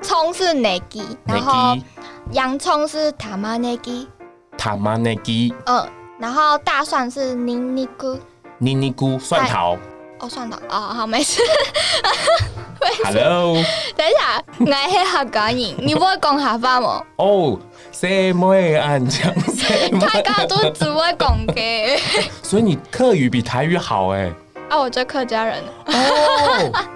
葱是 negi，然后 negi 洋葱是 tamanegi，塔玛内基、嗯，然后大蒜是 niniku，尼尼菇、蒜 头。哦，算了，哦，好，没事。 Hello，等一下，我是客家人，你不会讲客家吗？哦，谁会按讲？谁客家都只会讲嘅。所以你客语比台语好哎。啊，我就客家人。哦，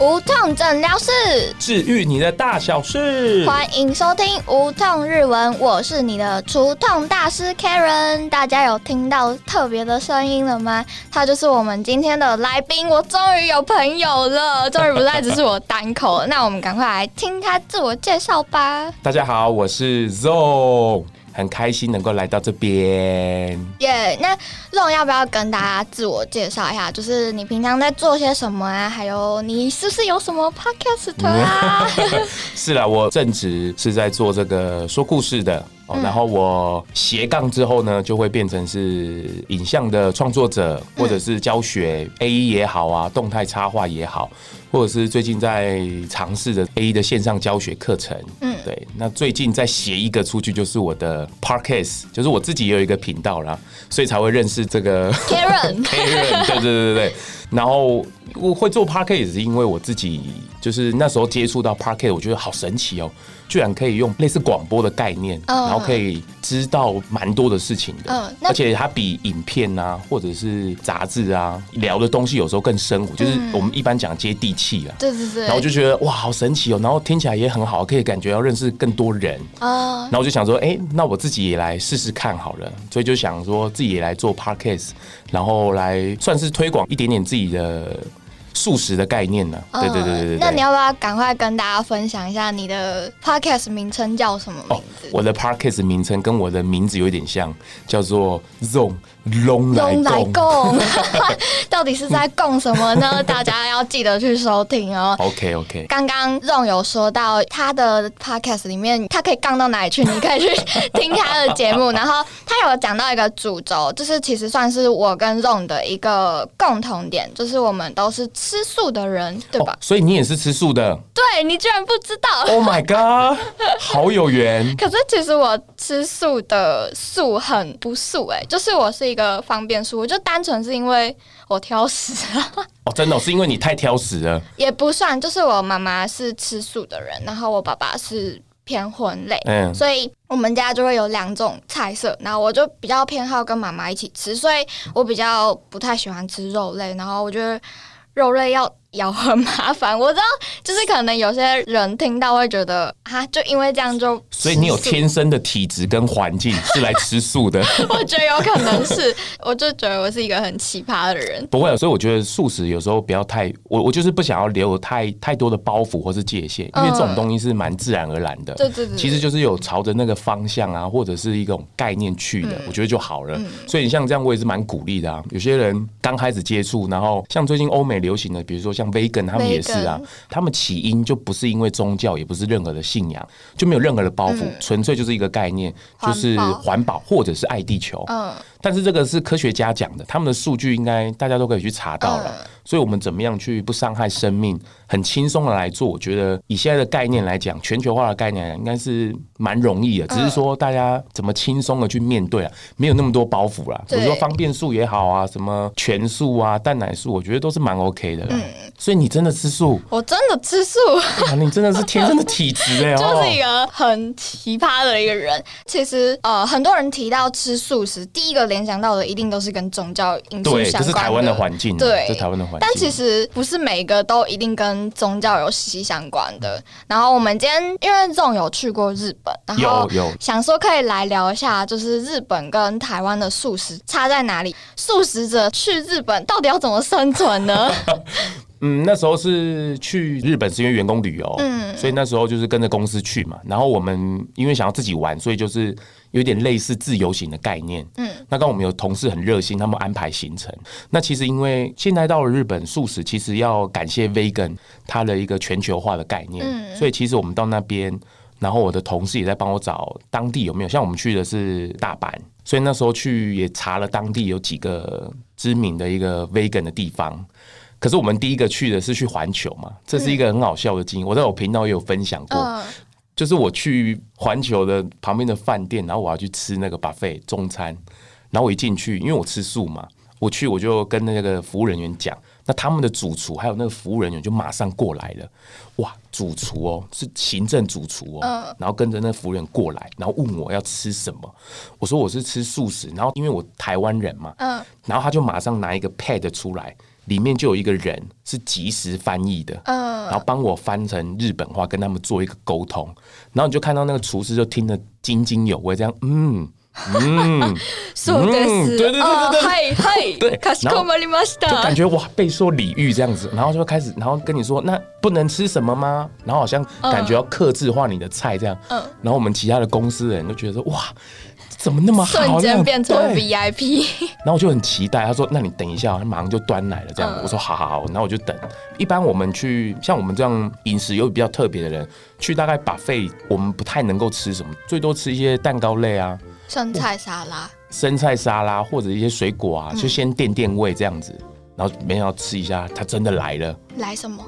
无痛诊疗室，治愈你的大小事。欢迎收听无痛日文，我是你的除痛大师 Karen。大家有听到特别的声音了吗？他就是我们今天的来宾，我终于有朋友了，终于不再只是我单口了。那我们赶快来听他自我介绍吧。大家好，我是 Zo，很开心能够来到这边。耶、那肉要不要跟大家自我介绍一下？就是你平常在做些什么啊？还有你是不是有什么 podcast 啊？ 是啦，我正职是在做这个说故事的。哦嗯，然后我斜杠之后呢，就会变成是影像的创作者，或者是教学 A E 也好啊，动态插画也好，或者是最近在尝试的 A E 的线上教学课程。嗯嗯，对。那最近再写一个出去，就是我的 Parkes，就是我自己也有一个频道啦，所以才会认识这个 Karen Karen，对对对对对。然后我会做 Parket 也是因为我自己就是那时候接触到 Parket，我觉得好神奇哦，居然可以用类似广播的概念，嗯然后可以知道蛮多的事情的。嗯那而且它比影片啊或者是杂志啊聊的东西有时候更生活，就是我们一般讲接地气啊。嗯对对对，然后我就觉得哇，好神奇哦！然后听起来也很好，可以感觉要认识更多人。啊然后我就想说，哎、那我自己也来试试看好了，所以就想说自己也来做 podcast，然后来算是推广一点点自己的素食的概念呢、对对对对对嗯哦那你对。要不要赶快跟大家分享一下你的 podcast 名称叫什么名字？哦我的 podcast 名称跟我的名字有点像，叫做 Zone 龙来用来哦共。供， 到底是在供什么 呢？大家要记得去收听哦。 OK OK，刚刚 Ron 有说到他的 podcast 里面，他可以杠到哪里去？你可以去听他的节 目。然后他有讲到一个主轴，就是其实算是我跟 Ron 的一个共同点，就是我们都是吃素的人，对吧？哦所以你也是吃 素的对你居然不知道。 ？Oh my god，好有缘。可是其实我吃素的素很不素哎、就是我是一个方便素，我就单纯是因为我挑食， 哦，真的哦、是因为你太挑食了。也不算，就是我妈妈是吃素的人，然后我爸爸是偏荤类，嗯所以我们家就会有两种菜色，然后我就比较偏好跟妈妈一起吃，所以我比较不太喜欢吃肉类，然后我觉得肉类要咬很麻烦，我知道，就是可能有些人听到会觉得啊，就因为这样就吃素，所以你有天生的体质跟环境是来吃素的。 我觉得有可能是，我就觉得我是一个很奇葩的人。不会，所以我觉得素食有时候不要太，我我就是不想要留太太多的包袱或是界限，因为这种东西是蛮自然而然的。嗯对对对其实就是有朝着那个方向啊，或者是一种概念去嗯的，我觉得就好了。所以你像这样，我也是蛮鼓励的啊。有些人刚开始接触，然后像最近欧美流行的，比如说像 vegan，他们也是啊 Vegan，他们起因就不是因为宗教，也不是任何的信仰，就没有任何的包袱，纯粹就是一个概念，就是嗯环保环保或者是爱地球。嗯，但是这个是科学家讲的，他们的数据应该大家都可以去查到了。嗯所以，我们怎么样去不伤害生命，很轻松的来做？我觉得以现在的概念来讲，全球化的概念应该是蛮容易的，嗯只是说大家怎么轻松的去面对啊，没有那么多包袱啦。比对如说方便素也好啊，什么全素啊、蛋奶素，我觉得都是蛮 OK 的啦。嗯，所以你真的吃素我真的吃素，哇你真的是天生的体质哎、哦。 就是一个很奇葩的一个人。其实呃，很多人提到吃素食，第一个联想到的一定都是跟宗教因素对，相这是关台湾的环境啊，对这是台湾的环境。但其实不是每个都一定跟宗教有息息相关的。然后我们今天因为 z o 有去过日本，然后有有想说可以来聊一下，就是日本跟台湾的素食差在哪里？素食者去日本到底要怎么生存 呢？嗯，那时候是去日本是因为员工旅游，所以那时候就是跟着公司去嘛。然后我们因为想要自己玩，所以就是有点类似自由行的概念，嗯。那刚好我们有同事很热心，他们安排行程。那其实因为现在到了日本，素食其实要感谢 vegan 它的一个全球化的概念，所以其实我们到那边。然后我的同事也在帮我找当地有没有，像我们去的是大阪，所以那时候去也查了当地有几个知名的一个 vegan 的地方。可是我们第一个去的是去环球嘛，这是一个很好笑的经验。我在我频道也有分享过，嗯就是我去环球的旁边的饭店，然后我要去吃那个 buffet 中餐，然后我一进去，因为我吃素嘛，我去我就跟那个服务人员讲，那他们的主厨还有那个服务人员就马上过来了，哇，主厨哦是行政主厨哦，然后跟着那服务员过来，然后问我要吃什么，我说我是吃素食，然后因为我台湾人嘛，嗯然后他就马上拿一个 pad 出来。里面就有一个人是即时翻译的，嗯然后帮我翻成日本话，跟他们做一个沟通。然后你就看到那个厨师就听得津津有味，这样，嗯，そうです。嗯对对对哦对对はいはい。对かしこまりまし就感た。觉哇备受礼遇这样子，然后就开始，然后跟你说那不能吃什么吗？然后好像感觉要克制化你的菜这样，嗯然后我们其他的公司的人就觉得说哇。怎么那么好？瞬这样间变成对 VIP，然后我就很期待，他说：“那你等一下哦。”他马上就端来了，这样。嗯我说：“好好好。”然后我就等。一般我们去像我们这样饮食又比较特别的人，去大概把费我们不太能够吃什么，最多吃一些蛋糕类啊、生菜沙拉。生菜沙拉或者一些水果嗯啊，就先垫垫胃这样子。然后没想到吃一下，他真的来了，来什么？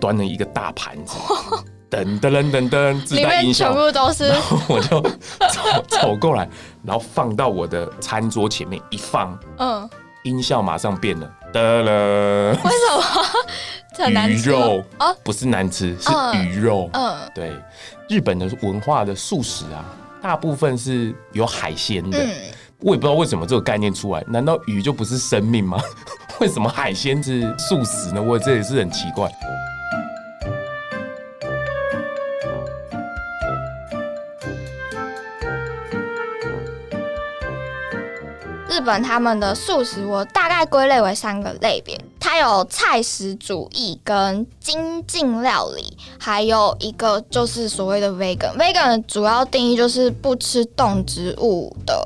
端了一个大盘 子，噔噔噔噔噔，自里带音面效全。部都是然后 我就走走过来，然后放到我的餐桌前面一放，嗯，音效马上变了，得了，为什么这很难鱼吃吗肉哦，不是难吃，是嗯鱼肉。嗯对，日本的文化的素食啊，大部分是有海鲜的。嗯，我也不知道为什么这个概念出来，难道鱼就不是生命吗？ 为什么海鲜是素食呢？我这也是很奇怪。日本他们的素食我大概归类为三个类别，它有菜食主义跟精进料理，还有一个就是所谓的 vegan。vegan 的主要定义就是不吃动植物的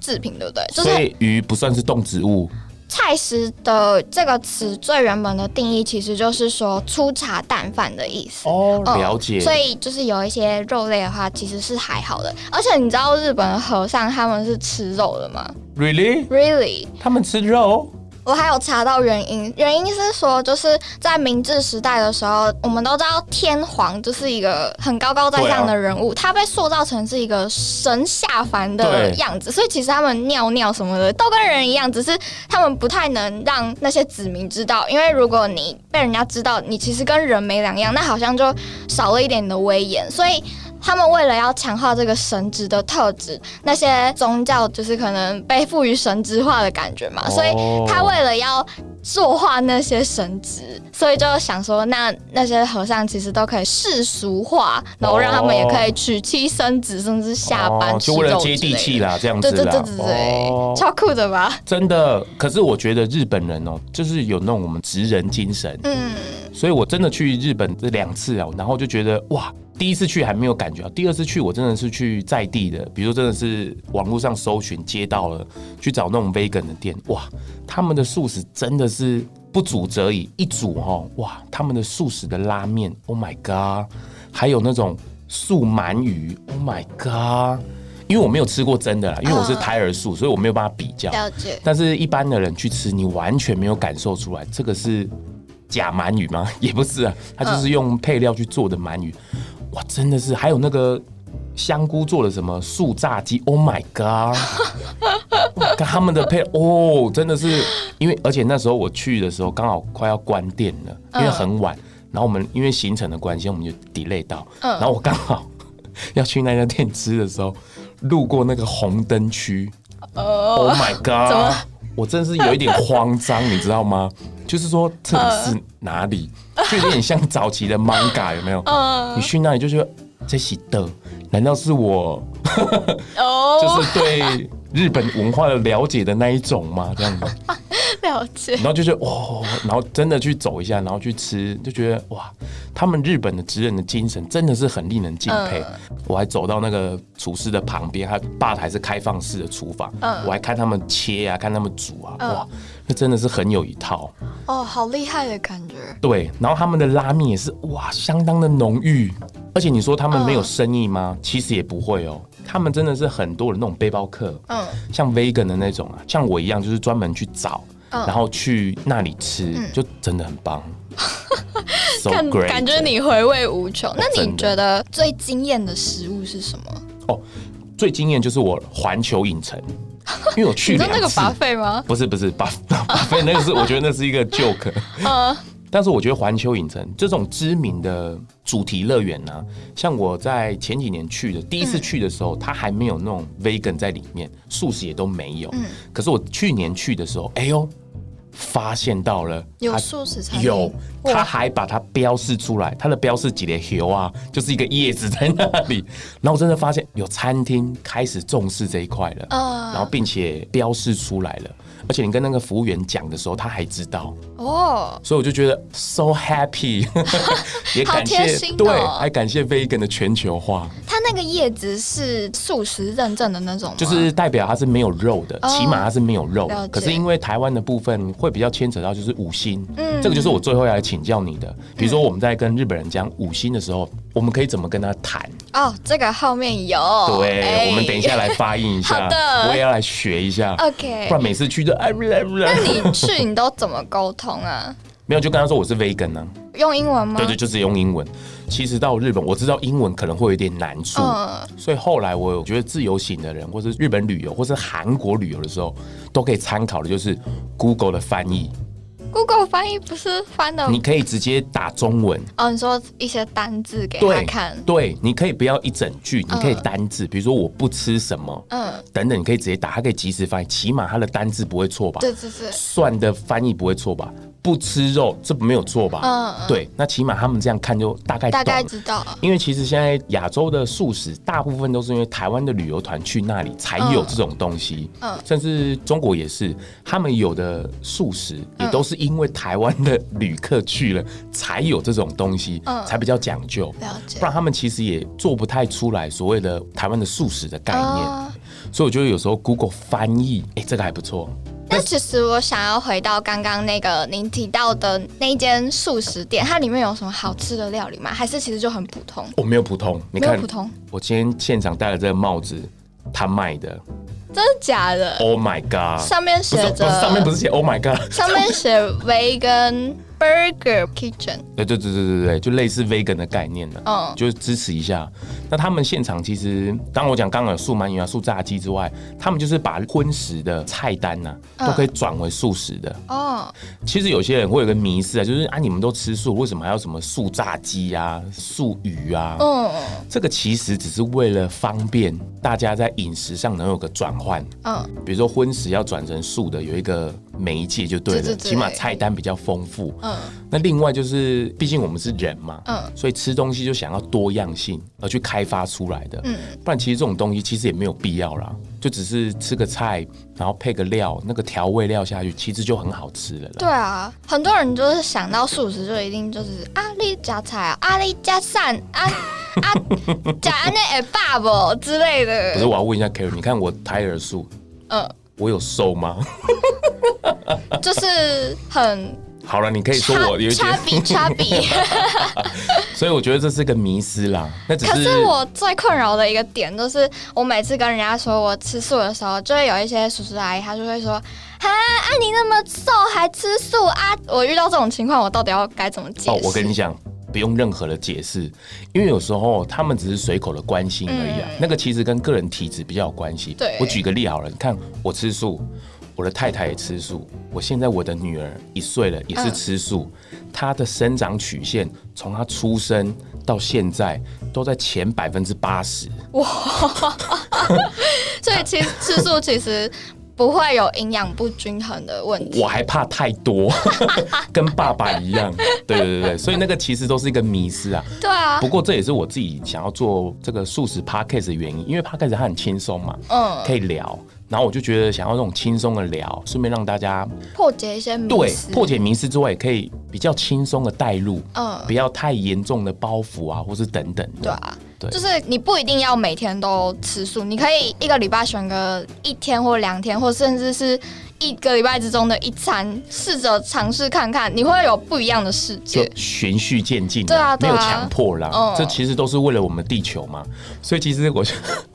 制品，对不对？就所是以鱼不算是动植物，菜食的这个词最原本的定义其实就是说粗茶淡饭的意思。哦嗯了解。所以就是有一些肉类的话，其实是还好的。而且你知道日本的和尚他们是吃肉的吗 really， ？Really？他们吃肉？我还有查到原因，原因是说就是在明治时代的时候，我们都知道天皇就是一个很高高在上的人物，他被塑造成是一个神下凡的对样子，所以其实他们尿尿什么的都跟人一样，只是他们不太能让那些子民知道，因为如果你被人家知道你其实跟人没两样，那好像就少了一点你的威严，所以。他们为了要强化这个神职的特质，那些宗教就是可能被赋予神职化的感觉嘛，所以哦他为了要作画那些神职，所以就想说那，那些和尚其实都可以世俗化，然后让他们也可以娶妻生子，甚至下班哦吃就肉、为了接地气。啦，这样子对啦。对对对对，哦超酷的吧？真的，可是我觉得日本人哦，就是有那种我们职人精神，嗯，所以我真的去日本这两次啊，然后就觉得哇，第一次去还没有感觉到，啊第二次去我真的是去在地的，比如说真的是网络上搜寻街道了，去找那种 vegan 的店，哇，他们的素食真的是不煮则已，一煮哦，哇，他们的素食的拉面，Oh my god，还有那种素鳗鱼，Oh my god。因为我没有吃过真的啦，因为我是胎儿素，所以我没有办法比较。了解。但是一般的人去吃，你完全没有感受出来，这个是假鳗鱼吗？ 也不是啊，它就是用配料去做的鳗鱼。哇，真的是，还有那个香菇做的什么素炸鸡，Oh my god！哇看他们的配哦，真的是，因为而且那时候我去的时候刚好快要关店了，因为很晚，然后我们因为行程的关系，我们就 delay 到，嗯然后我刚好 要去那家店吃的时候，路过那个红灯区。哦， Oh my 怎 god！么我真是有一点慌张，你知道吗？ 就是说这里是哪里，就有点像早期的 manga 有没 有？你去那里就觉得这是的，难道是我就哦，是 对日本文化的了解的那一种吗？这样子，了解。然后就觉得哦，然后真的去走一下，然后去吃，就觉得哇，他们日本的职人的精神真的是很令人敬佩。嗯我还走到那个厨师的旁边，他吧台是开放式的厨房，嗯我还看他们切啊，看他们煮啊，嗯哇，那真的是很有一套。哦，好厉害的感觉。对，然后他们的拉面也是哇，相当的浓郁。而且你说他们没有生意吗？嗯其实也不会哦，他们真的是很多的那种背包客，嗯像 vegan 的那种啊，像我一样，就是专门去找嗯然后去那里吃，就真的很 棒，so 看 great。感觉你回味无穷。那你哦真的觉得最惊艳的食物是什么？哦，最惊艳就是我环球影城，因为我去你知道两那个次，拔费吗？不是不是巴 巴菲那个是我觉得那是一个 joke，嗯但是我觉得环球影城这种知名的主题乐园呢，像我在前几年去的，第一次去的时候，它还没有那种 vegan 在里面，嗯素食也都没有。可是我去年去的时候，哎呦，发现到了有它素食餐厅有，哇他还把它标示出来，它的标示几列油啊，就是一个叶子在那里。 然后我真的发现有餐厅开始重视这一块了，嗯然后并且标示出来了，而且你跟那个服务员讲的时候，他还知道，哦，所以我就觉得 so happy，也好感贴谢心哦对，还感谢 vegan 的全球化，它那个叶子是素食认证的那种吗？就是代表它是没有肉的，哦起码它是没有肉了的。解可是因为台湾的部分会比较牵扯到就是五星，嗯这个就是我最后要来请教你的。比如说我们在跟日本人讲五星的时候，我们可以怎么跟他谈？哦，这个后面有。哎对，我们等一下来发音一 好下的，我也要来学一下， OK 不然每次去就哎不啦不啦，你去你都怎么沟通啊？ 没有就跟他说我是 vegan 呢、用英文吗？对对，就只用英文。其实到日本，我知道英文可能会有点难处，嗯所以后来我觉得自由行的人，或是日本旅游，或是韩国旅游的时候，都可以参考的就是 Google 的翻译， Google 翻译不是翻的你可以直接打中文。哦，你说一些单字给他对看，，对，你可以不要一整句，你可以单字，比如说我不吃什么，嗯，等等，你可以直接打，它可以及时翻译，起码它的单字不会错吧？对对对，算的翻译不会错吧？不吃肉，这没有错吧？嗯嗯对，那起码他们这样看就大概大概懂知道了。因为其实现在亚洲的素食大部分都是因为台湾的旅游团去那里才有这种东西，嗯嗯甚至中国也是，他们有的素食也嗯都是因为台湾的旅客去了才有这种东西，嗯才比较讲究。了解不然他们其实也做不太出来所谓的台湾的素食的概念，哦所以我觉得有时候 Google 翻译，哎、这个还不错。那其实我想要回到刚刚那个您提到的那一间素食店，它里面有什么好吃的料理吗？还是其实就很普通？我、没有普通，你没有看普通，我今天现场戴了这个帽子，他卖的真的假的？ ，Oh my God！上面不是写不是上面不着，是写 Oh my God，上面写 vegan burger kitchen，对对对对对对，就类似 vegan 的概念呢、嗯就是支持一下。那他们现场其实，当然我讲刚刚有素鳗鱼啊、素炸鸡之外，他们就是把荤食的菜单呐、都可以转为素食的。哦，其实有些人会有个迷思啊，就是啊，你们都吃素，为什么还要什么素炸鸡啊、素鱼啊？嗯这个其实只是为了方便大家在饮食上能有个转换。嗯，比如说荤食要转成素的，有一个媒介就对了，对对对起码菜单比较丰富。嗯嗯，那另外就是，毕竟我们是人嘛，嗯嗯，所以吃东西就想要多样性而去开发出来的。嗯，不然其实这种东西其实也没有必要啦，就只是吃个菜，然后配个料，那个调味料下去，其实就很好吃了啦。对啊，很多人就是想到素食就一定就是阿里加菜啊，阿里加善啊 啊加那也爸爸之类可是的，我要问一下 Karen，你看我胎儿素，嗯，我有瘦吗？ 就是很好了，你可以说我有一些，差比差比。所以我觉得这是个迷思啦。那只可是是我最困扰的一个点就是，我每次跟人家说我吃素的时候，就会有一些叔叔阿姨，他就会说：“哈，啊你那么瘦还吃素啊？”我遇到这种情况，我到底要该怎么解释？哦，我跟你讲，不用任何的解释，因为有时候他们只是随口的关心而已啊。那个其实跟个人体质比较有关系。嗯对我举个例好了，你看我吃素，我的太太也吃素，我现在我的女儿一岁了也是吃素，嗯她的生长曲线从她出生到现在都在前百分之八十。所以其实吃素其实不会有营养不均衡的问题。我还怕太 多，跟爸爸一样。对对对对，所以那个其实都是一个迷思啊。对啊不，过这也是我自己想要做这个素食 podcast 的原因，因为 podcast 它很轻松嘛，嗯，可以聊。然后我就觉得想要那种轻松的聊，顺便让大家破解一些迷对思破解迷思之外，也可以比较轻松的带入，嗯不要太严重的包袱啊，或是等等的。对啊。对就是你不一定要每天都吃素，你可以一个礼拜选个一天或两天，或甚至是一个礼拜之中的一餐，试着尝试看看，你会有不一样的世就界。循序渐进、对啊对没啊有强迫啦、嗯这其实都是为了我们地球嘛。所以其实我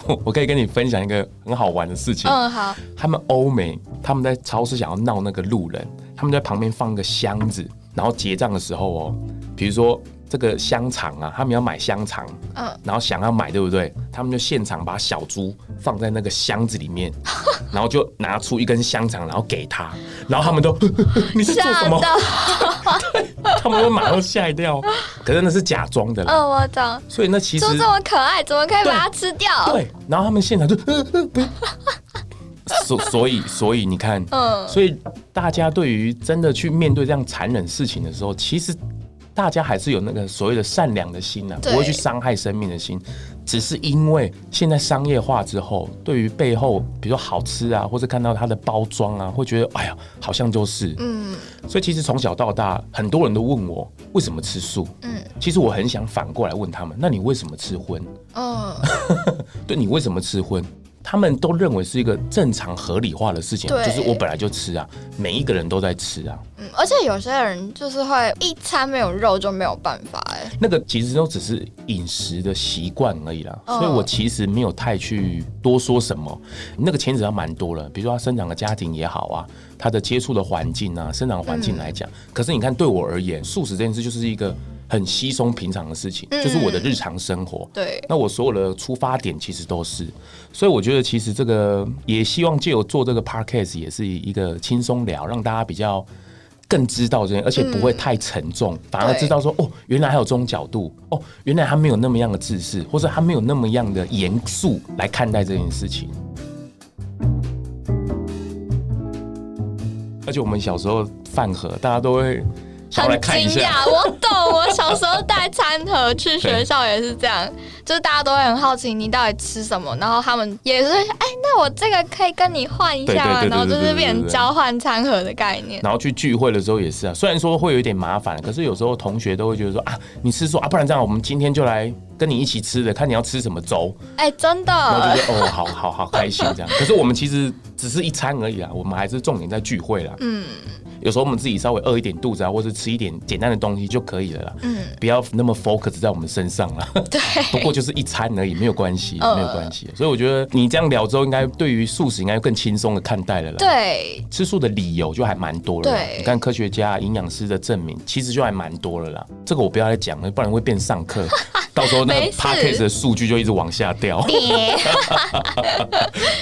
我 我可以跟你分享一个很好玩的事情。嗯，好，他们欧美他们在超市想要闹那个路人，他们在旁边放个箱子，然后结账的时候哦，比如说这个香肠啊，他们要买香肠，嗯，然后想要买对不对？他们就现场把小猪放在那个箱子里 面，然后就拿出一根香肠，然后给他，然后他们都 你是做吓什么？到，他们会马上吓一跳，可是那是假装的啦，嗯，我懂。所以那其实猪这么可爱，怎么可以把它吃掉？对，然后他们现场就 呃呃不。所所以所以你看，嗯所以大家对于真的去面对这样残忍事情的时候，其实大家还是有那个所谓的善良的心呐、啊，对不会去伤害生命的心。只是因为现在商业化之后，对于背后比如说好吃啊，或者看到它的包装啊，会觉得哎呀，好像就是。嗯所以其实从小到大，很多人都问我为什么吃素。嗯其实我很想反过来问他们，那你为什么吃荤？嗯，对你为什么吃荤？他们都认为是一个正常合理化的事情，对就是我本来就吃啊，每一个人都在吃啊。嗯而且有些人就是会一餐没有肉就没有办法哎。那个其实都只是饮食的习惯而已啦，嗯所以我其实没有太去多说什么。那个牵扯到蛮多了，比如说他生长的家庭也好啊，他的接触的环境啊，生长环嗯境来讲。可是你看，对我而言，素食这件事就是一个很稀松平常的事情，嗯就是我的日常生活。对，那我所有的出发点其实都是，所以我觉得其实这个也希望借由做这个 podcast 也是一个轻松聊，让大家比较更知道这些，而且不嗯会太沉重，反而对知道说哦，原来还有这种角度，哦，原来他没有那么样的自视，或者他没有那么样的严肃来看待这件事情。而且我们小时候饭盒，大家都会想要来很看一惊下，讶，我懂。我小时候带餐盒去学校也是这样，就是大家都会很好奇你到底吃什么，然后他们也是会哎，那我这个可以跟你换一下吗？对对对对对然后就是变对对成对交换餐盒的概念。然后去聚会的时候也是啊，虽然说会有一点麻烦，可是有时候同学都会觉得说啊，你吃素啊，不然这样，我们今天就来跟你一起吃的，看你要吃什么粥，哎，真然的后，就觉得哦，好好好开心这样。可是我们其实只是一餐而已啦，我们还是重点在聚会啦。嗯，有时候我们自己稍微饿一点肚子啊，或者吃一点简单的东西就可以了啦。嗯，不要那么 focus 在我们身上啦。对，不过就是一餐而已，没有关系，嗯没有关系。所以我觉得你这样聊之后，应该对于素食应该更轻松的看待了啦。对，吃素的理由就还蛮多了啦。对你看科学家、营养师的证明，其实就还蛮多了啦。这个我不要再讲了，不然会变上 课，到时候那没个事 p a c k a g e 的数据就一直往下掉， 你。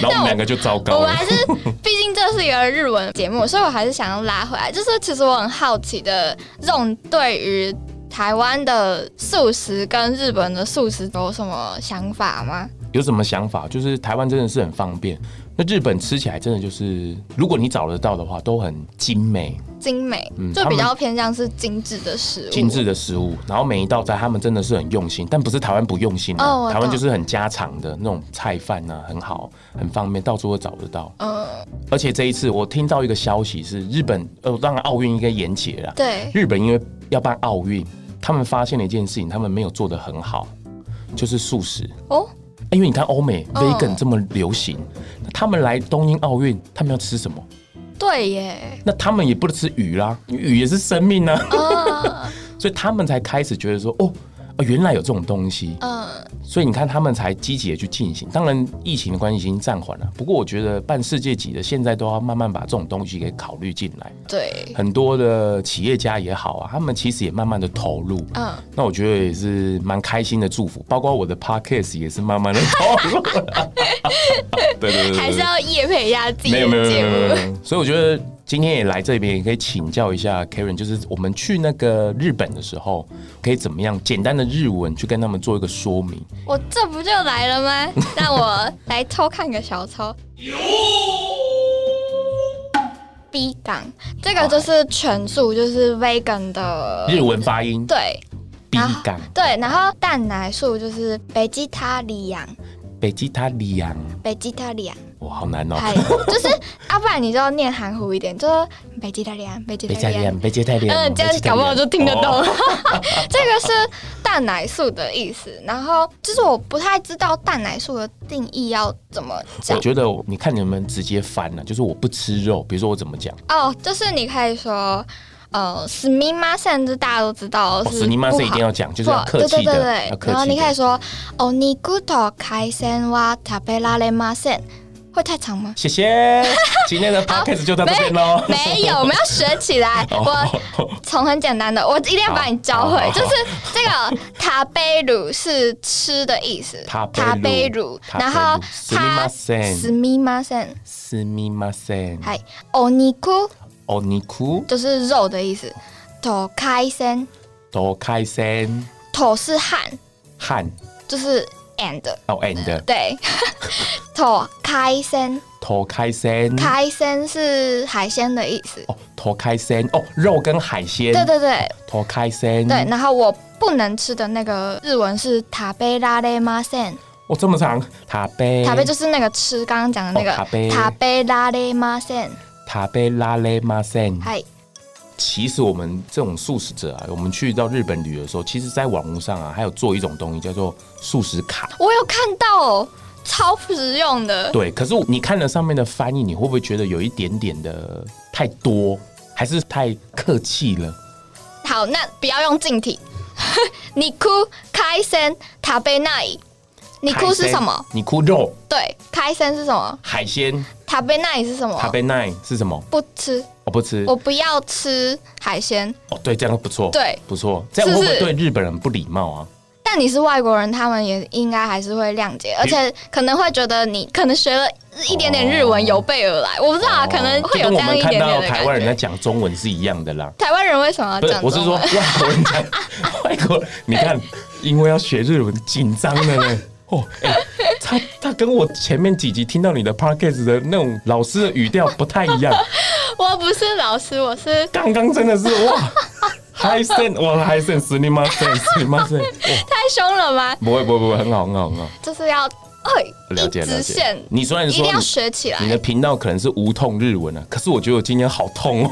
然后我们两个就糟糕我了还。 是，毕竟这是一个日文节目，所以我还是想要拉回来。就是其实我很好奇的，这种对于台湾的素食跟日本的素食有什么想法吗？有什么想法？就是台湾真的是很方便，那日本吃起来真的就是，如果你找得到的话，都很精美、精美，嗯就比较偏向是精致的食物。精致的食物。然后每一道菜他们真的是很用心，但不是台湾不用心、啊哦我懂台湾就是很家常的那种菜饭啊，很好，很方便，到处都找得到。嗯，而且这一次我听到一个消息是，日本呃，当然奥运应该延期了啦。对，日本因为要办奥运，他们发现了一件事情，他们没有做得很好，就是素食。哦，因为你看欧美嗯 vegan 这么流行，那他们来东京奥运，他们要吃什么？对耶，那他们也不能吃鱼啦，鱼也是生命啊，嗯 所以他们才开始觉得说，哦，呃原来有这种东西。嗯，所以你看，他们才积极的去进行。当然，疫情的关系已经暂缓了。不过，我觉得办世界级的，现在都要慢慢把这种东西给考虑进来。对，很多的企业家也好啊，他们其实也慢慢的投入。嗯，那我觉得也是蛮开心的祝福，包括我的 podcast 也是慢慢的投 入。对对对对对，还是要夜配一下自己呃的没有没有没节有没有目。没有。所以我觉得今天也来这边，也可以请教一下 Karen，就是我们去那个日本的时候，可以怎么样简单的日文去跟他们做一个说明。我这不就来了 吗？让我来偷看个小抄。B 港，这个就是全素，就是 vegan 的，日文发音对 B 然后感对，然后蛋奶素就是 vegetarian，北吉塔里昂，北吉他里昂，哇，好难哦。嗨，就是 啊，不然你就念含糊一点，就是北吉他里昂，北吉 北他加里里昂昂，。北吉塔里昂，嗯，这样北吉塔搞不好里就昂听得懂。哦 这个是蛋奶素的意思，然后就是我不太知道蛋奶素的定义要怎么讲我觉得你看你们直接翻了，就是我不吃肉，比如说我怎么讲，哦，就是你可以说呃，死密马甚至大家都知道哦，是死你妈不是一好定要讲，就是不要好客气对对对的，要对客然后气你可以的。说哦，你骨头开心哇，食べられません，会太长 吗？谢谢，今天的 podcast 就到这边喽。没有，我们要学起 来。哦我从很简单的，我一定要把你教会好好。好就是这个塔贝鲁是吃的意思，塔贝鲁鲁，塔贝然鲁后すみ它ませんすみません，すみません。嗨，お肉お肉就是肉的意思，と开心，と海鮮と是汉，飯就是 and，哦 and 对， と开心，と海鮮开心是海鲜的意思，哦と海鮮哦肉跟海鲜对对对，と海鮮对，然后我不能吃的那个日文是塔贝拉雷马森，哦这么长塔贝塔贝就是那个吃刚刚讲的那嗯哦塔个贝嗯塔贝拉雷马森，塔贝拉雷马森。嗨，其实我们这种素食者啊，我们去到日本旅游的时候，其实在网络上啊，还有做一种东西叫做素食卡。我有看到哦，超实用的，对，可是你看了上面的翻译，你会不会觉得有一点点的太多，还是太客气了？好，那不要用近体， 你哭开心塔贝奈，你哭是什么？？哦你哭肉、对，开心是什么？海鲜、塔贝奈是什塔么？贝奈是什么？不吃，我不吃。我不要吃海鲜。哦，对，这样不错，对，不错。这样会不是会不对日本人不礼貌啊？但你是外国人，他们也应该还是会谅解，而且可能会觉得你可能学了一点点日文有备而来，我不知道啊，哦可能会有这就跟我样们一看点到点的台感湾人在觉。讲中文是一样的啦。台湾人为什么要不是讲？，我是说，外国人讲外国人，你看，因为要学日文，紧张了呢。 哦，哎他他跟我前面几集听到你的 podcast 的那种老师的语调不太 一样。我不是老师，我是刚刚真的是哇，嗨森哇嗨森，死你妈森，死你妈森！哇，太凶了吗？哦不会不会不会，很好很好很好，就是要哎，了一解直了线解。你虽然一定说要你学起来你。的频道可能是无痛日文啊，可是我觉得我今天好痛哦。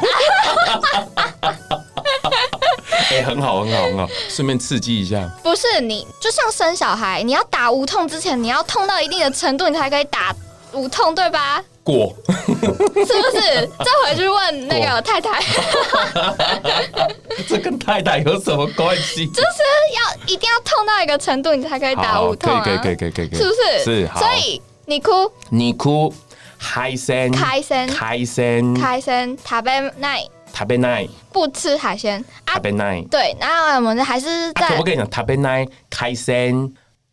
哎、很好很好很好，顺便刺激一下。不是你，就像生小孩，你要打无痛之前，你要痛到一定的程度，你才可以打无痛，对吧？过，是不是？再回去问那个我太太。 这跟太太有什么关系？ 就是要一定要痛到一个程度，你才可以打无痛、啊、可以可以可以可以可以，是不是？是好。所以你哭你哭，嗨森，开心嗨森，开心，塔贝奈塔贝奈，不吃海鲜啊塔，贝奈。对，然后我们还是啊可在、不可以讲塔贝奈开森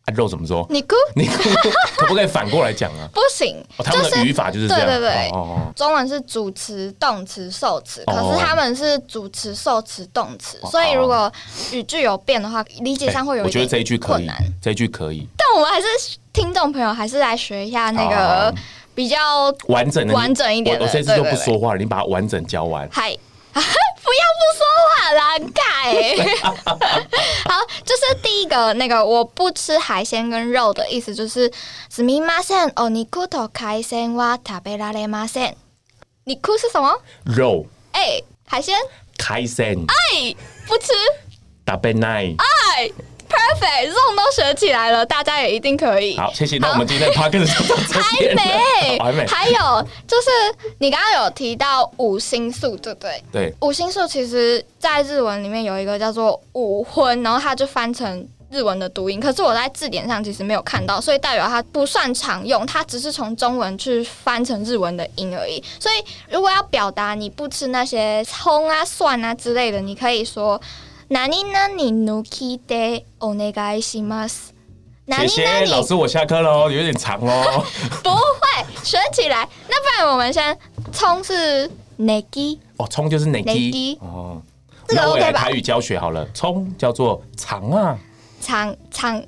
啊肉怎么说？你哭你 可不可以反过来讲啊？不行，哦，他们的语法就是这样。对对对哦哦中文是主词、动词、受词，可哦是他们是主词、受词、动词，哦哎所以如果语句有变的话，理解上会有我一觉得点这一句可困以难。，这一句可以但我们还是听众朋友，还是来学一下那个哦比较完整的完整一点的我我这次对就对不对说话了，你把它完整教完。嗨， 不要不说话啦，很尬 欸好，就是第一个那个我不吃海鲜跟肉的意思，就是すみません、お肉と海鮮は食べられません。你哭是什么？肉哎、海鲜，开森哎、不吃，塔贝奈。哎、p e r f e c t 这种都学起来了，大家也一定可以。好，谢谢。那我们今天的 p o d c a s 就到这边还了没， 哦还没。还有就是你刚刚有提到五星素，对不对？对，五星素其实在日文里面有一个叫做五荤，然后它就翻成日文的读音，可是我在字典上其实没有看到，所以代表它不算常用，它只是从中文去翻成日文的音而已。所以如果要表达你不吃那些葱啊、蒜啊之类的，你可以说“哪里哪里努基的哦お願いします”。哪谢里哪谢里老师，我下课喽，有点长 哦。不会学起来，那不然我们先葱是 negi 哦，葱就是 n negi。 i 哦，这个那我 OK 来吧台语教学好了，葱叫做长啊。长长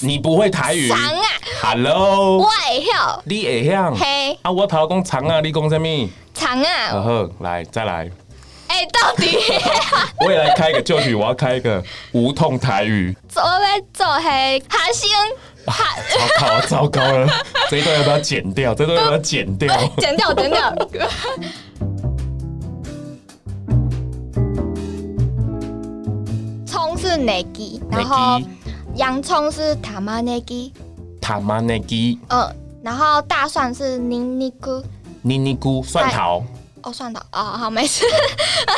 你不会台语长啊， ？Hello，我会晓你会晓？嘿啊，我头讲长啊，你讲什么？长啊，呵呵，来再来，哎、哎、到底我也来开一个旧曲，我要开一个无痛台语。做要做黑韩星 韩糟糕，啊糟糕了，这一段要不要剪掉？这段要不要剪掉？剪掉，剪掉。葱是 negi，然后洋葱是 t a m a n e g i 塔玛内基、呃，然后大蒜是 n i n i k u 妮妮菇、蒜 头哦，蒜头哦，好，没事。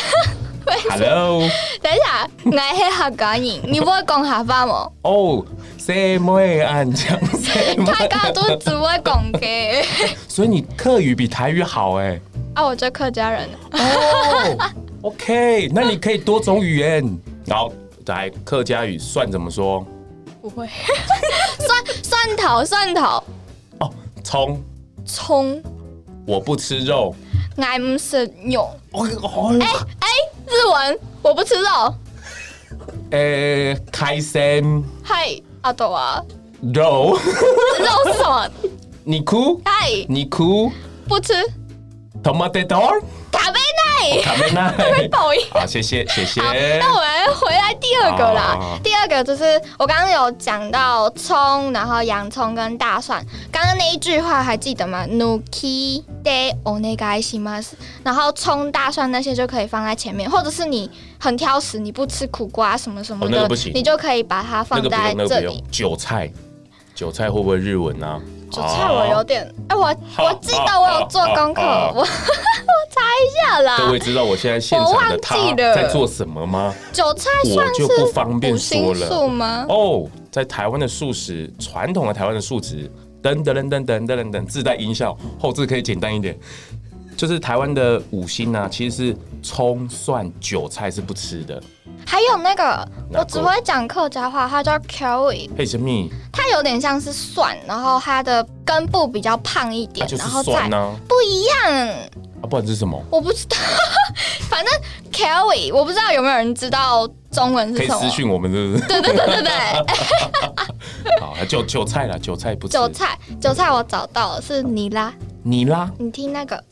，Hello，等一下，我是客家人，你不会讲客家吗？哦，啊什么安江？什么客家都只会讲给所以你客语比台语好哎。啊，我就客家人。哦，OK，那你可以多种语言。好，来客家语蒜怎么说？不会。 蒜蒜头蒜头哦，葱，葱，我不吃肉。爱唔食肉。哦，哦哎、日文我不吃肉。诶、开心嗨，阿斗啊，肉， 肉是什么？你哭，嗨，你哭不吃。 ，tomato door， 卡贝 奈。卡梅奈。抖音。好，谢谢，谢谢。好，那我们回来第二个啦。好啊第二个就是我刚刚有讲到葱，然后洋葱跟大蒜。刚刚那一句话还记得吗？Nuki de onegai shimas。然后葱、大蒜那些就可以放在前面，或者是你很挑食，你不吃苦瓜什么什么哦的，那个不行你就可以把它那放个不在用，那这个不里用。。韭菜，韭菜会不会日文啊？韭菜我有哦点，哎、我好我记得我有做功课，好好好我 我查一下啦。各位知道我现在现场的他啊我忘记了在做什么吗？韭菜我算是就不方便五说星素了。吗？哦，在台湾的素食，传统的台湾的素食，等等等等等等等等，自带音效，后置可以简单一点。就是台湾的五星呢、其实是葱、蒜、韭菜是不吃的。还有那个，哪个我只会讲客家话，它叫 curry，配什么？它有点像是蒜，然后它的根部比较胖一它点，就是然后再蒜啊，不一样，啊，不然是什么？我不知道， 反正 curry 我不知道有没有人知道中文可是以什私么。讯我们，是不是？对对对对对， 好，还韭韭菜啦，韭菜不吃。韭菜韭菜我找到了，是你啦，你啦，你听那个，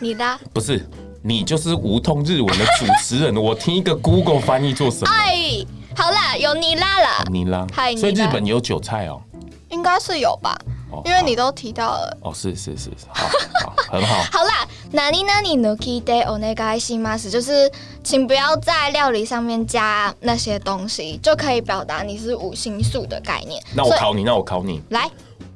你啦， 不是，你就是无痛日文的主持人。我听一个 Google 翻译做什么？哎，好啦，有你啦啦，尼拉啊嗨，所以尼拉日本也有韭菜哦。应该是有吧，哦因为你都提到了。好哦，是是是，是好，好，很好。好啦，哪里哪里 nuki de o n e g a i s i m a s 就是请不要在料理上面加那些东西，就可以表达你是五星素的概念。那我所以考你，那我考你，来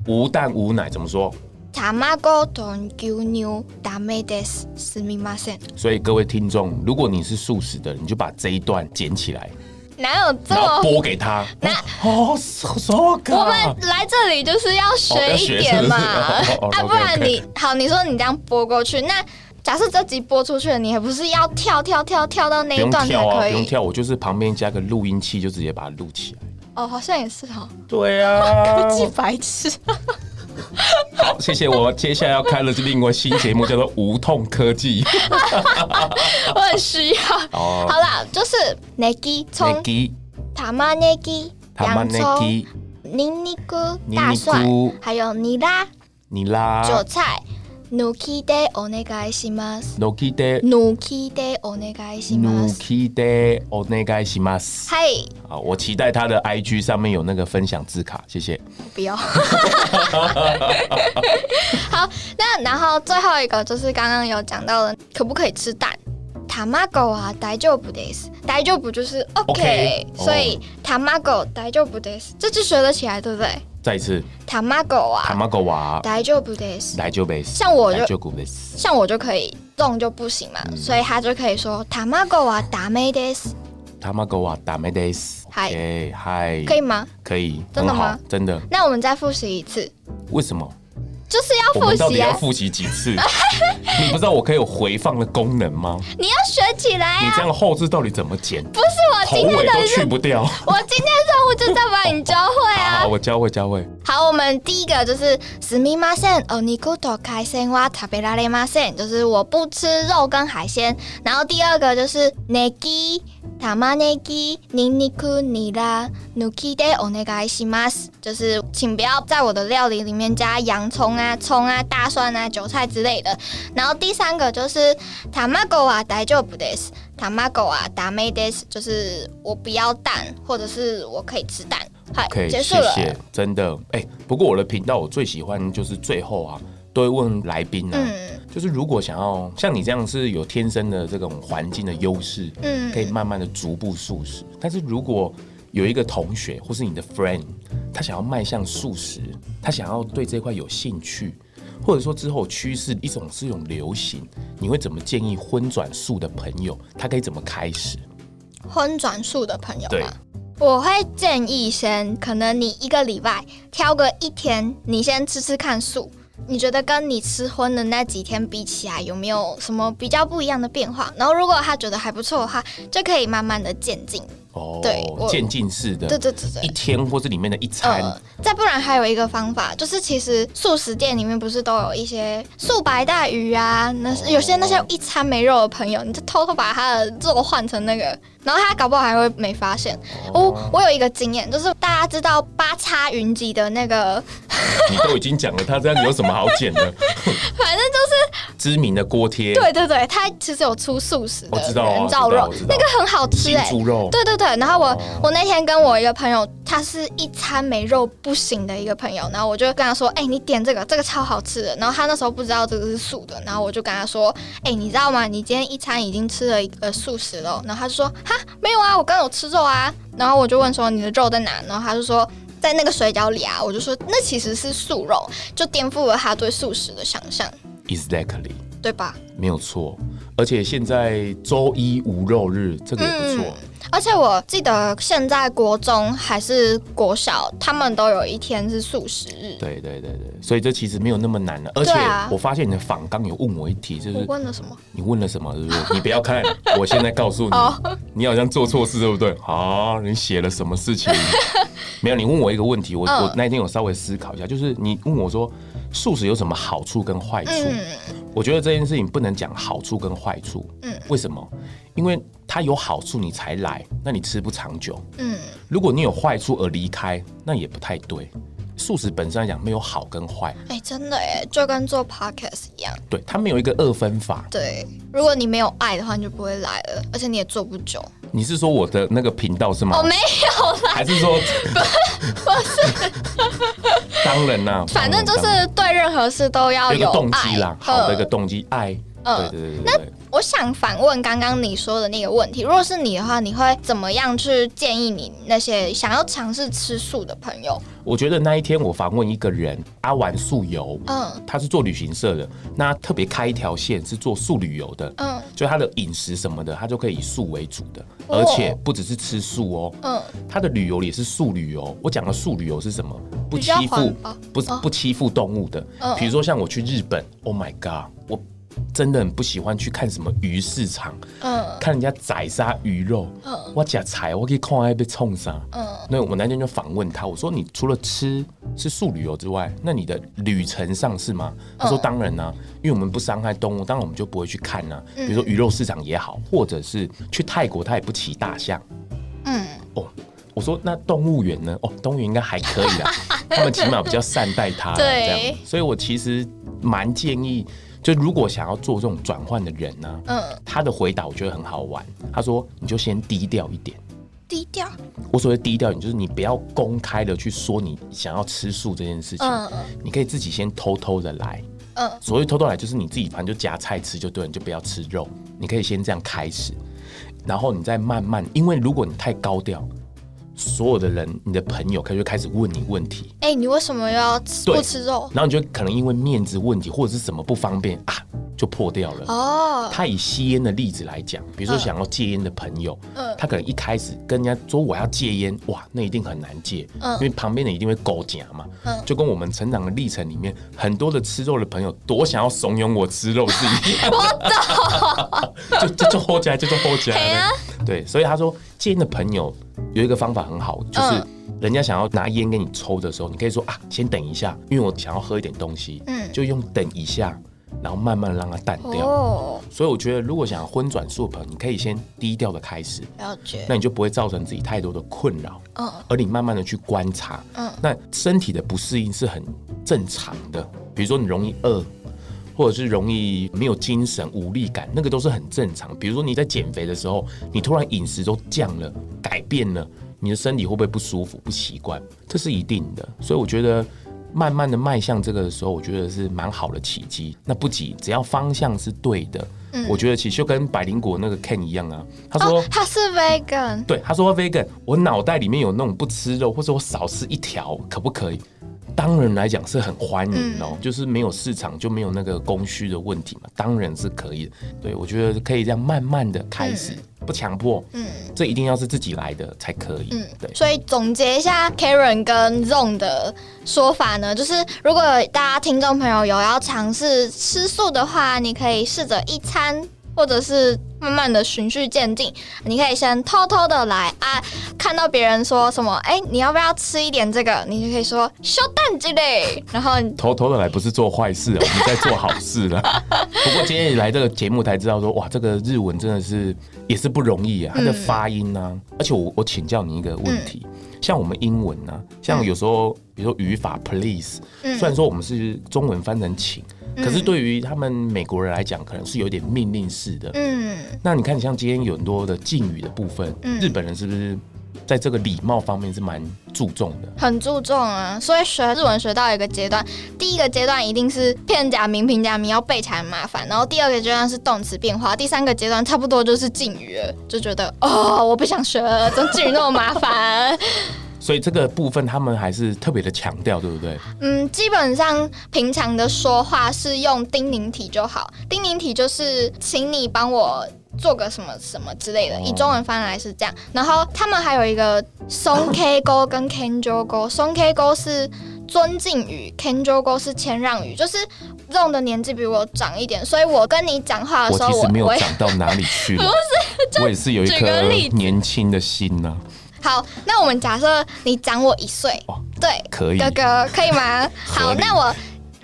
无蛋无奶怎么说？ ，tamago don gu new dame des s m i m a s e n 所以各位听众，如果你是素食的，你就把这一段捡起来，哪有这然后么？播给他。那哦，说说个。我们来这里就是要学一点嘛，哦要学是不是哦哦啊， ，OK，OK 不然你好，你说你这样播过去，那假设这集播出去了，你还不是要跳跳跳跳到那一不用段才跳啊，可不用以？跳，我就是旁边加个录音器，就直接把它录起来。哦，好像也是哦，对 啊，记白痴。 好，谢谢。我接下来要开的是另外新节目，叫做《无痛科技》 我很需要。哦好啦，就是 negi 葱、 Negi、塔玛 negi、洋葱、 Tamanegi、尼尼菇、尼大尼蒜菇，还有尼拉、尼拉、韭菜。nuki de onegai shimas。 Noki de、 nuki de onegai shimas。 Noki de Onegai shimas。嗨，好，我期待他的 IG 上面有那个分享字卡，谢谢。不要。 好，那然后最后一个就是刚刚有讲到的，可不可以吃蛋？卵啊，大丈夫です。大丈夫就是 OK，, OK，所以卵大丈夫です，这就学得起来，对不对？再一次，卵塔啊，玛狗娃大丈夫です。来就 base，像我就来就 good base。像我就可以动就不行嘛，嗯所以他就可以说卵はダメです，塔玛狗娃啊打没 days。嗨嗨嗨，可以吗？可以，哦真的很好吗真的？那我们再复习一啊次，为什么？就是要我复们到底习要啊，复习 几次？你不知道我可以有回放的功能吗？你要学起来你啊！这样后置到底怎么剪？不是我头今天尾的都去任，不掉。我今天任务就在把你教会好啊好，。我教会教会。好，我们第一个就是すみません、お肉と海鮮は食べられません，就是我不吃肉跟海鲜。然后第二个就是ネギ、玉ねぎ、ニンニク、ニラ、 nuki de onegai shimas，就是请不要在我的料理里面加洋葱啊、葱啊、大蒜啊、韭菜之类的。然后第三个就是 tamago wa daijobu des。tamago 啊，dame des，就是我不要蛋，或者是我可以吃蛋。好可以，结束谢了。谢，真的。哎、不过我的频道我最喜欢就是最后啊，都会问来宾啊，嗯就是如果想要像你这样是有天生的这种环境的优势，嗯可以慢慢的逐步素食。但是如果有一个同学或是你的 friend，他想要迈向素食，他想要对这块有兴趣，或者说之后趋势一种是一种流行，你会怎么建议荤转素的朋友，他可以怎么开始？荤转素的朋友对嘛，我会建议先，可能你一个礼拜挑个一天，你先吃吃看素。你觉得跟你吃荤的那几天比起来，有没有什么比较不一样的变化？然后如果他觉得还不错的话，就可以慢慢的渐进。哦对我渐进式的，对对对对。一天或是里面的一餐，呃，再不然还有一个方法，就是其实素食店里面不是都有一些素白带鱼啊，那哦有些那些一餐没肉的朋友，你就偷偷把他的肉换成那个，然后他搞不好还会没发现。哦，我有一个经验，就是大家知道八叉云集的那个， 你都已经讲了，他这样有什么好剪的？反正就是知名的锅贴， 对对对，它其实有出素食的我知道啊人造肉，我知道我知道那个很好吃新哎、猪肉，对对对，然后我、哦我那天跟我一个朋友，他是一餐没肉不行的一个朋友，然后我就跟他说，哎、你点这个，这个超好吃的。然后他那时候不知道这个是素的，然后我就跟他说，哎、你知道吗？你今天一餐已经吃了一个素食了。然后他就说，哈，没有啊，我刚有吃肉啊。然后我就问说你的肉在哪？然后他就说。在那个水饺里啊，我就说那其实是素肉，就颠覆了他对素食的想象， ，exactly，对吧？没有错。而且现在周一无肉日，这个也不错。而且我记得现在国中还是国小，他们都有一天是素食日。对对对对，所以这其实没有那么难了。而且对啊我发现你的访刚有问我一题，就我是问了什么？你问了什么，对不 对？你不要看，我现在告诉你哦，你好像做错事，对不对？啊，你写了什么 事情？没有，你问我一个问题，我嗯我那一天有稍微思考一下，就是你问我说素食有什么好处跟坏处？嗯我觉得这件事情不能讲好处跟坏处，嗯为什么？因为它有好处你才来，那你吃不长久。嗯如果你有坏处而离开，那也不太对。素食本身来讲没有好跟坏，哎、真的哎，就跟做 podcast 一样。对它没有一个二分法。对，如果你没有爱的话，你就不会来了，而且你也做不久。你是说我的那个频道是吗？哦，没有啦，还是说，当然啦，反正就当然是对任何事都要有一个动爱机啦，好的一个嗯动机，爱。对嗯对对对对，我想反问刚刚你说的那个问题，如果是你的话，你会怎么样去建议你那些想要尝试吃素的朋友？我觉得那一天我访问一个人，阿玩素游，嗯他是做旅行社的，那他特别开一条线是做素旅游的，嗯就他的饮食什么的，他就可以以素为主的，哦而且不只是吃素哦，嗯，他的旅游也是素旅游。我讲的素旅游是什么？不比欺较负环保，不是哦不欺负动物的嗯。比如说像我去日本，Oh my god，我真的很不喜欢去看什么鱼市场，嗯看人家宰杀鱼肉嗯。我假柴，我可以看他被冲杀。嗯那我那天就访问他，我说你除了吃是素旅游之外，那你的旅程上是吗？嗯他说当然啦、啊因为我们不伤害动物，当然我们就不会去看呐、嗯比如说鱼肉市场也好，或者是去泰国他也不骑大象嗯，哦。我说那动物园呢？哦，动物园应该还可以 啦，他们起码比较善待它啦。对这样，所以我其实蛮建议，就如果想要做这种转换的人呢、嗯，他的回答我觉得很好玩。他说你就先低调一点。低调。我所谓低调，你就是你不要公开的去说你想要吃素这件事情，嗯你可以自己先偷偷的来。嗯所谓偷偷来，就是你自己反正就夹菜吃就对了，你就不要吃肉。你可以先这样开始，然后你再慢慢，因为如果你太高调，所有的人，你的朋友可以就开始问你问题，哎、你为什么要吃对不吃肉？然后你就可能因为面子问题或者是什么不方便啊，就破掉了。哦，他以吸烟的例子来讲，比如说想要戒烟的朋友，嗯他可能一开始跟人家说我要戒烟，哇，那一定很难戒，嗯因为旁边的一定会勾夹嘛，嗯就跟我们成长的历程里面，很多的吃肉的朋友多想要怂恿我吃肉是一样，我懂，就就就吼起来，就就吼起嘿来啊了，对，所以他说戒烟的朋友有一个方法很好，就是嗯人家想要拿烟给你抽的时候，你可以说啊，先等一下，因为我想要喝一点东西，嗯就用等一下。然后慢慢让它淡掉。哦，所以我觉得，如果想荤转素朋，你可以先低调的开始，了解那。你就不会造成自己太多的困扰。嗯而你慢慢的去观察，嗯那身体的不适应是很正常的。比如说你容易饿，或者是容易没有精神、无力感，那个都是很正常。比如说你在减肥的时候，你突然饮食都降了、改变了，你的身体会不会不舒服、不习惯？这是一定的。所以我觉得。慢慢的迈向这个的时候，我觉得是蛮好的契机。那不急，只要方向是对的，我觉得其实就跟百灵果那个 Ken 一样啊。他说、嗯哦，他是 vegan，对，他说 vegan，我脑袋里面有那种不吃肉，或者我少吃一条，可不可以？当然来讲是很欢迎哦，就是没有市场就没有那个供需的问题嘛，当然是可以的。对我觉得可以这样慢慢的开始，不强迫，嗯，这一定要是自己来的才可以，嗯对，所以总结一下 Karen 跟 Zong 的说法呢，就是如果大家听众朋友有要尝试吃素的话，你可以试着一餐。或者是慢慢的循序渐进，你可以先偷偷的来啊，看到别人说什么，哎、你要不要吃一点这个？你就可以说修蛋之类，然后你偷偷的来不是做坏事、啊，我们在做好事了。不过今天你来这个节目才知道说，哇，这个日文真的是也是不容易啊，它的发音呢、而且我我请教你一个问题，像我们英文呢、像有时候比如说语法 please，、虽然说我们是中文翻成请，可是对于他们美国人来讲，可能是有点命令式的。嗯，那你看，像今天有很多的敬语的部分，日本人是不是在这个礼貌方面是蛮注重的？很注重啊。所以学日文学到一个阶段，第一个阶段一定是片假名、平假名要背起来很麻烦，然后第二个阶段是动词变化，第三个阶段差不多就是敬语了，就觉得哦，我不想学了，怎么敬语那么麻烦？所以这个部分他们还是特别的强调，对不对？嗯，基本上平常的说话是用叮咛体就好，叮咛体就是请你帮我做个什么什么之类的，哦以中文翻来是这样。然后他们还有一个 松 K 沟跟 Kenjo 沟，松 K 沟是尊敬语，Kenjo 沟是谦让语，就是这种的年纪比我长一点，所以我跟你讲话的我时候，其实没有我也长到哪里去了，我也是有一举个颗例子年轻的心呢、 好，那我们假设你长我一岁，哦对，可以哥哥可以 吗？合好，理那我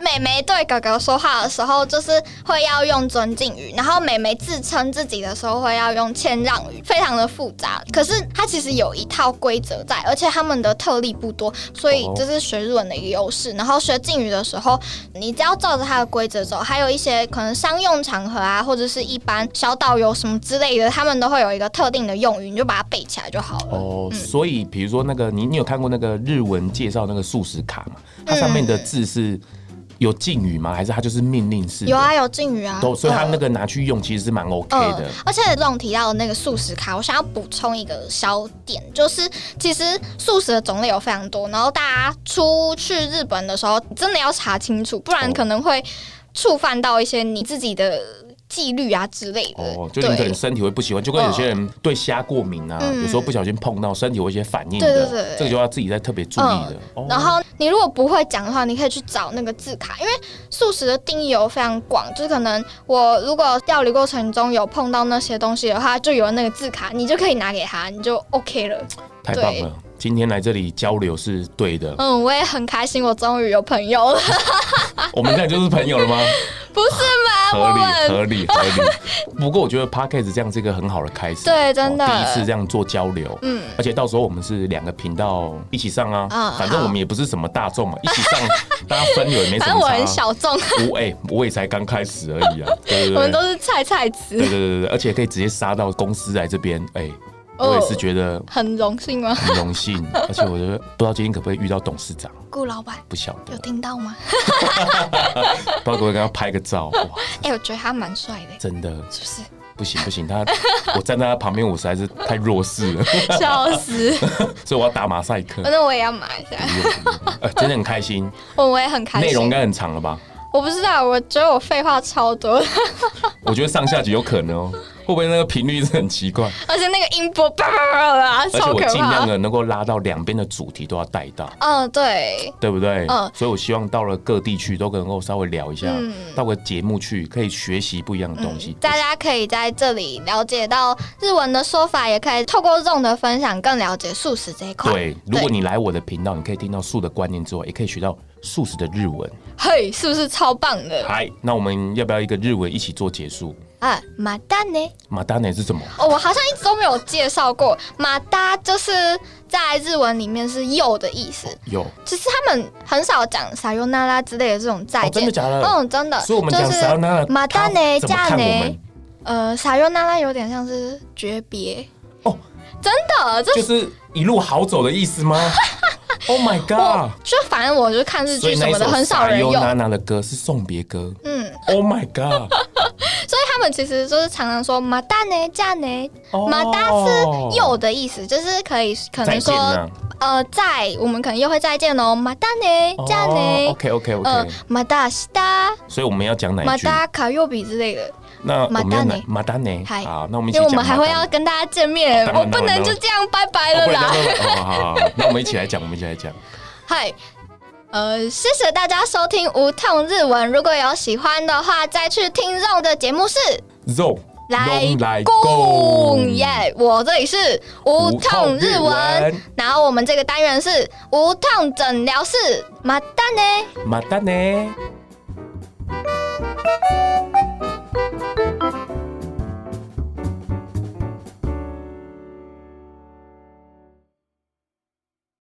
妹妹对哥哥说话的时候，就是会要用尊敬语，然后妹妹自称自己的时候会要用谦让语，非常的复杂。可是它其实有一套规则在，而且他们的特例不多，所以哦这是学日文的一个优势。然后学敬语的时候，你只要照着它的规则走，还有一些可能商用场合啊，或者是一般小导游什么之类的，他们都会有一个特定的用语，你就把它背起来就好了。哦，所以比如说那个你你有看过那个日文介绍那个素食卡吗？它上面的嗯字是有敬语吗？还是它就是命令式的？有啊，有敬语啊，都，所以它嗯那个拿去用其实是蛮 OK 嗯，的。而且这种提到的那个素食卡，我想要补充一个小点，就是其实素食的种类有非常多，然后大家出去日本的时候，真的要查清楚，不哦然可能会触犯到一些你自己的纪律啊之类的。哦，就对是你可能身体会不喜欢，就跟有些人对虾过敏啊，嗯有时候不小心碰到身体有一些反应对的，对对嗯这个就要自己再特别注意的。哦然后你如果不会讲的话，你可以去找那个字卡，因为素食的定义有非常广，就是可能我如果料理过程中有碰到那些东西的话，就有那个字卡，你就可以拿给他，你就 OK 了。太棒对了，今天来这里交流是 对的，嗯，我也很开心，我终于有朋友 了，我们现在就是朋友了吗？不是吗？合啊我理们 合理合理。不过我觉得 podcast 这样是一个很好的开始，对真的哦第一次这样做交流，嗯嗯，而且到时候我们是两个频道一起上嗯啊，反正我们也不是什么大众嘛，一起 上大家分流也没什反正么我差很啊。小众，我哎，我也才刚开始而已啊，对我对们对都。是菜菜 子，对对对对对，而且可以直接杀到公司来这边，哎，哦我也是觉得很荣幸吗？很 荣幸，而且我觉得不知道今天可不可以遇到董事长，顾老板不晓得有，听到吗？不知道可不可以跟他拍个照，哇，哎、我觉得他蛮帅的，真的是不不行不行，他我站在他旁边，我实在是太弱势了。 是？ 笑死！所以我要打马赛克。那我也要买一下，呃，真的很开心，我我也很开内容心。应该很长了吧？我不知道，我觉得我废话超多， 我觉得上下集有可能哦，会不会那个频率是很奇怪？而且那个音波叭叭叭叭，而且超我可尽量怕。的能够拉到两边的主题都要带到，嗯，对，对不对？嗯所以我希望到了各地去都能够稍微聊一下，到个节目去可以学习不一样的东西。大家可以嗯在这里了解到日文的说法，也可以透过这种的分享更了解素食这一块。对，如果你来我的频道，你可以听到树的观念之外，也可以学到素食的日文。嘿，是不是超棒的？嗨，那我们要不要一个日文一起做结束？啊，马达呢？马达奶是什么？哦，我好像一直都没有介绍过，马达就是在日文里面是又的意思。有，其实他们很少讲撒尤那拉之类的这种再哦，见。真的假的？嗯，真的。所以我们讲就是撒由那拉，马达他呢，怎么嫁看我们呢？？呃，撒尤那拉有点像是诀别。哦，真的，这 就是一路好走的意思 吗？Oh my 我 god！就反正我就看日所剧以什那一么的，首很少撒人由用。那拉的歌是送别歌。嗯， Oh my god！所以他们其实就是常常说马达呢，嫁呢。哦马达是又的意思，就是可以可再能见啊说呢。呃，在我们可能又会再见哦，马达呢，这样呢， OK OK 呃 OK，，马达西达，哦所以我们要讲哪马一句？达卡右比之类的，那我们要哪马达内？马达内。嗨好，那我们一起因为讲。哦我们还会要跟大家见面，当然我不当然能就这样拜拜马达了内。啦。哦不然好好好好， 那我们一起来讲，我们一起来讲。嗨，呃，谢谢大家收听无痛日文，如果有喜欢的话，再去听肉的节目是肉拢来来共共耶，我这里是无痛日无痛日文文，然后我们这个单元是无痛诊疗室，马达呢。马达内。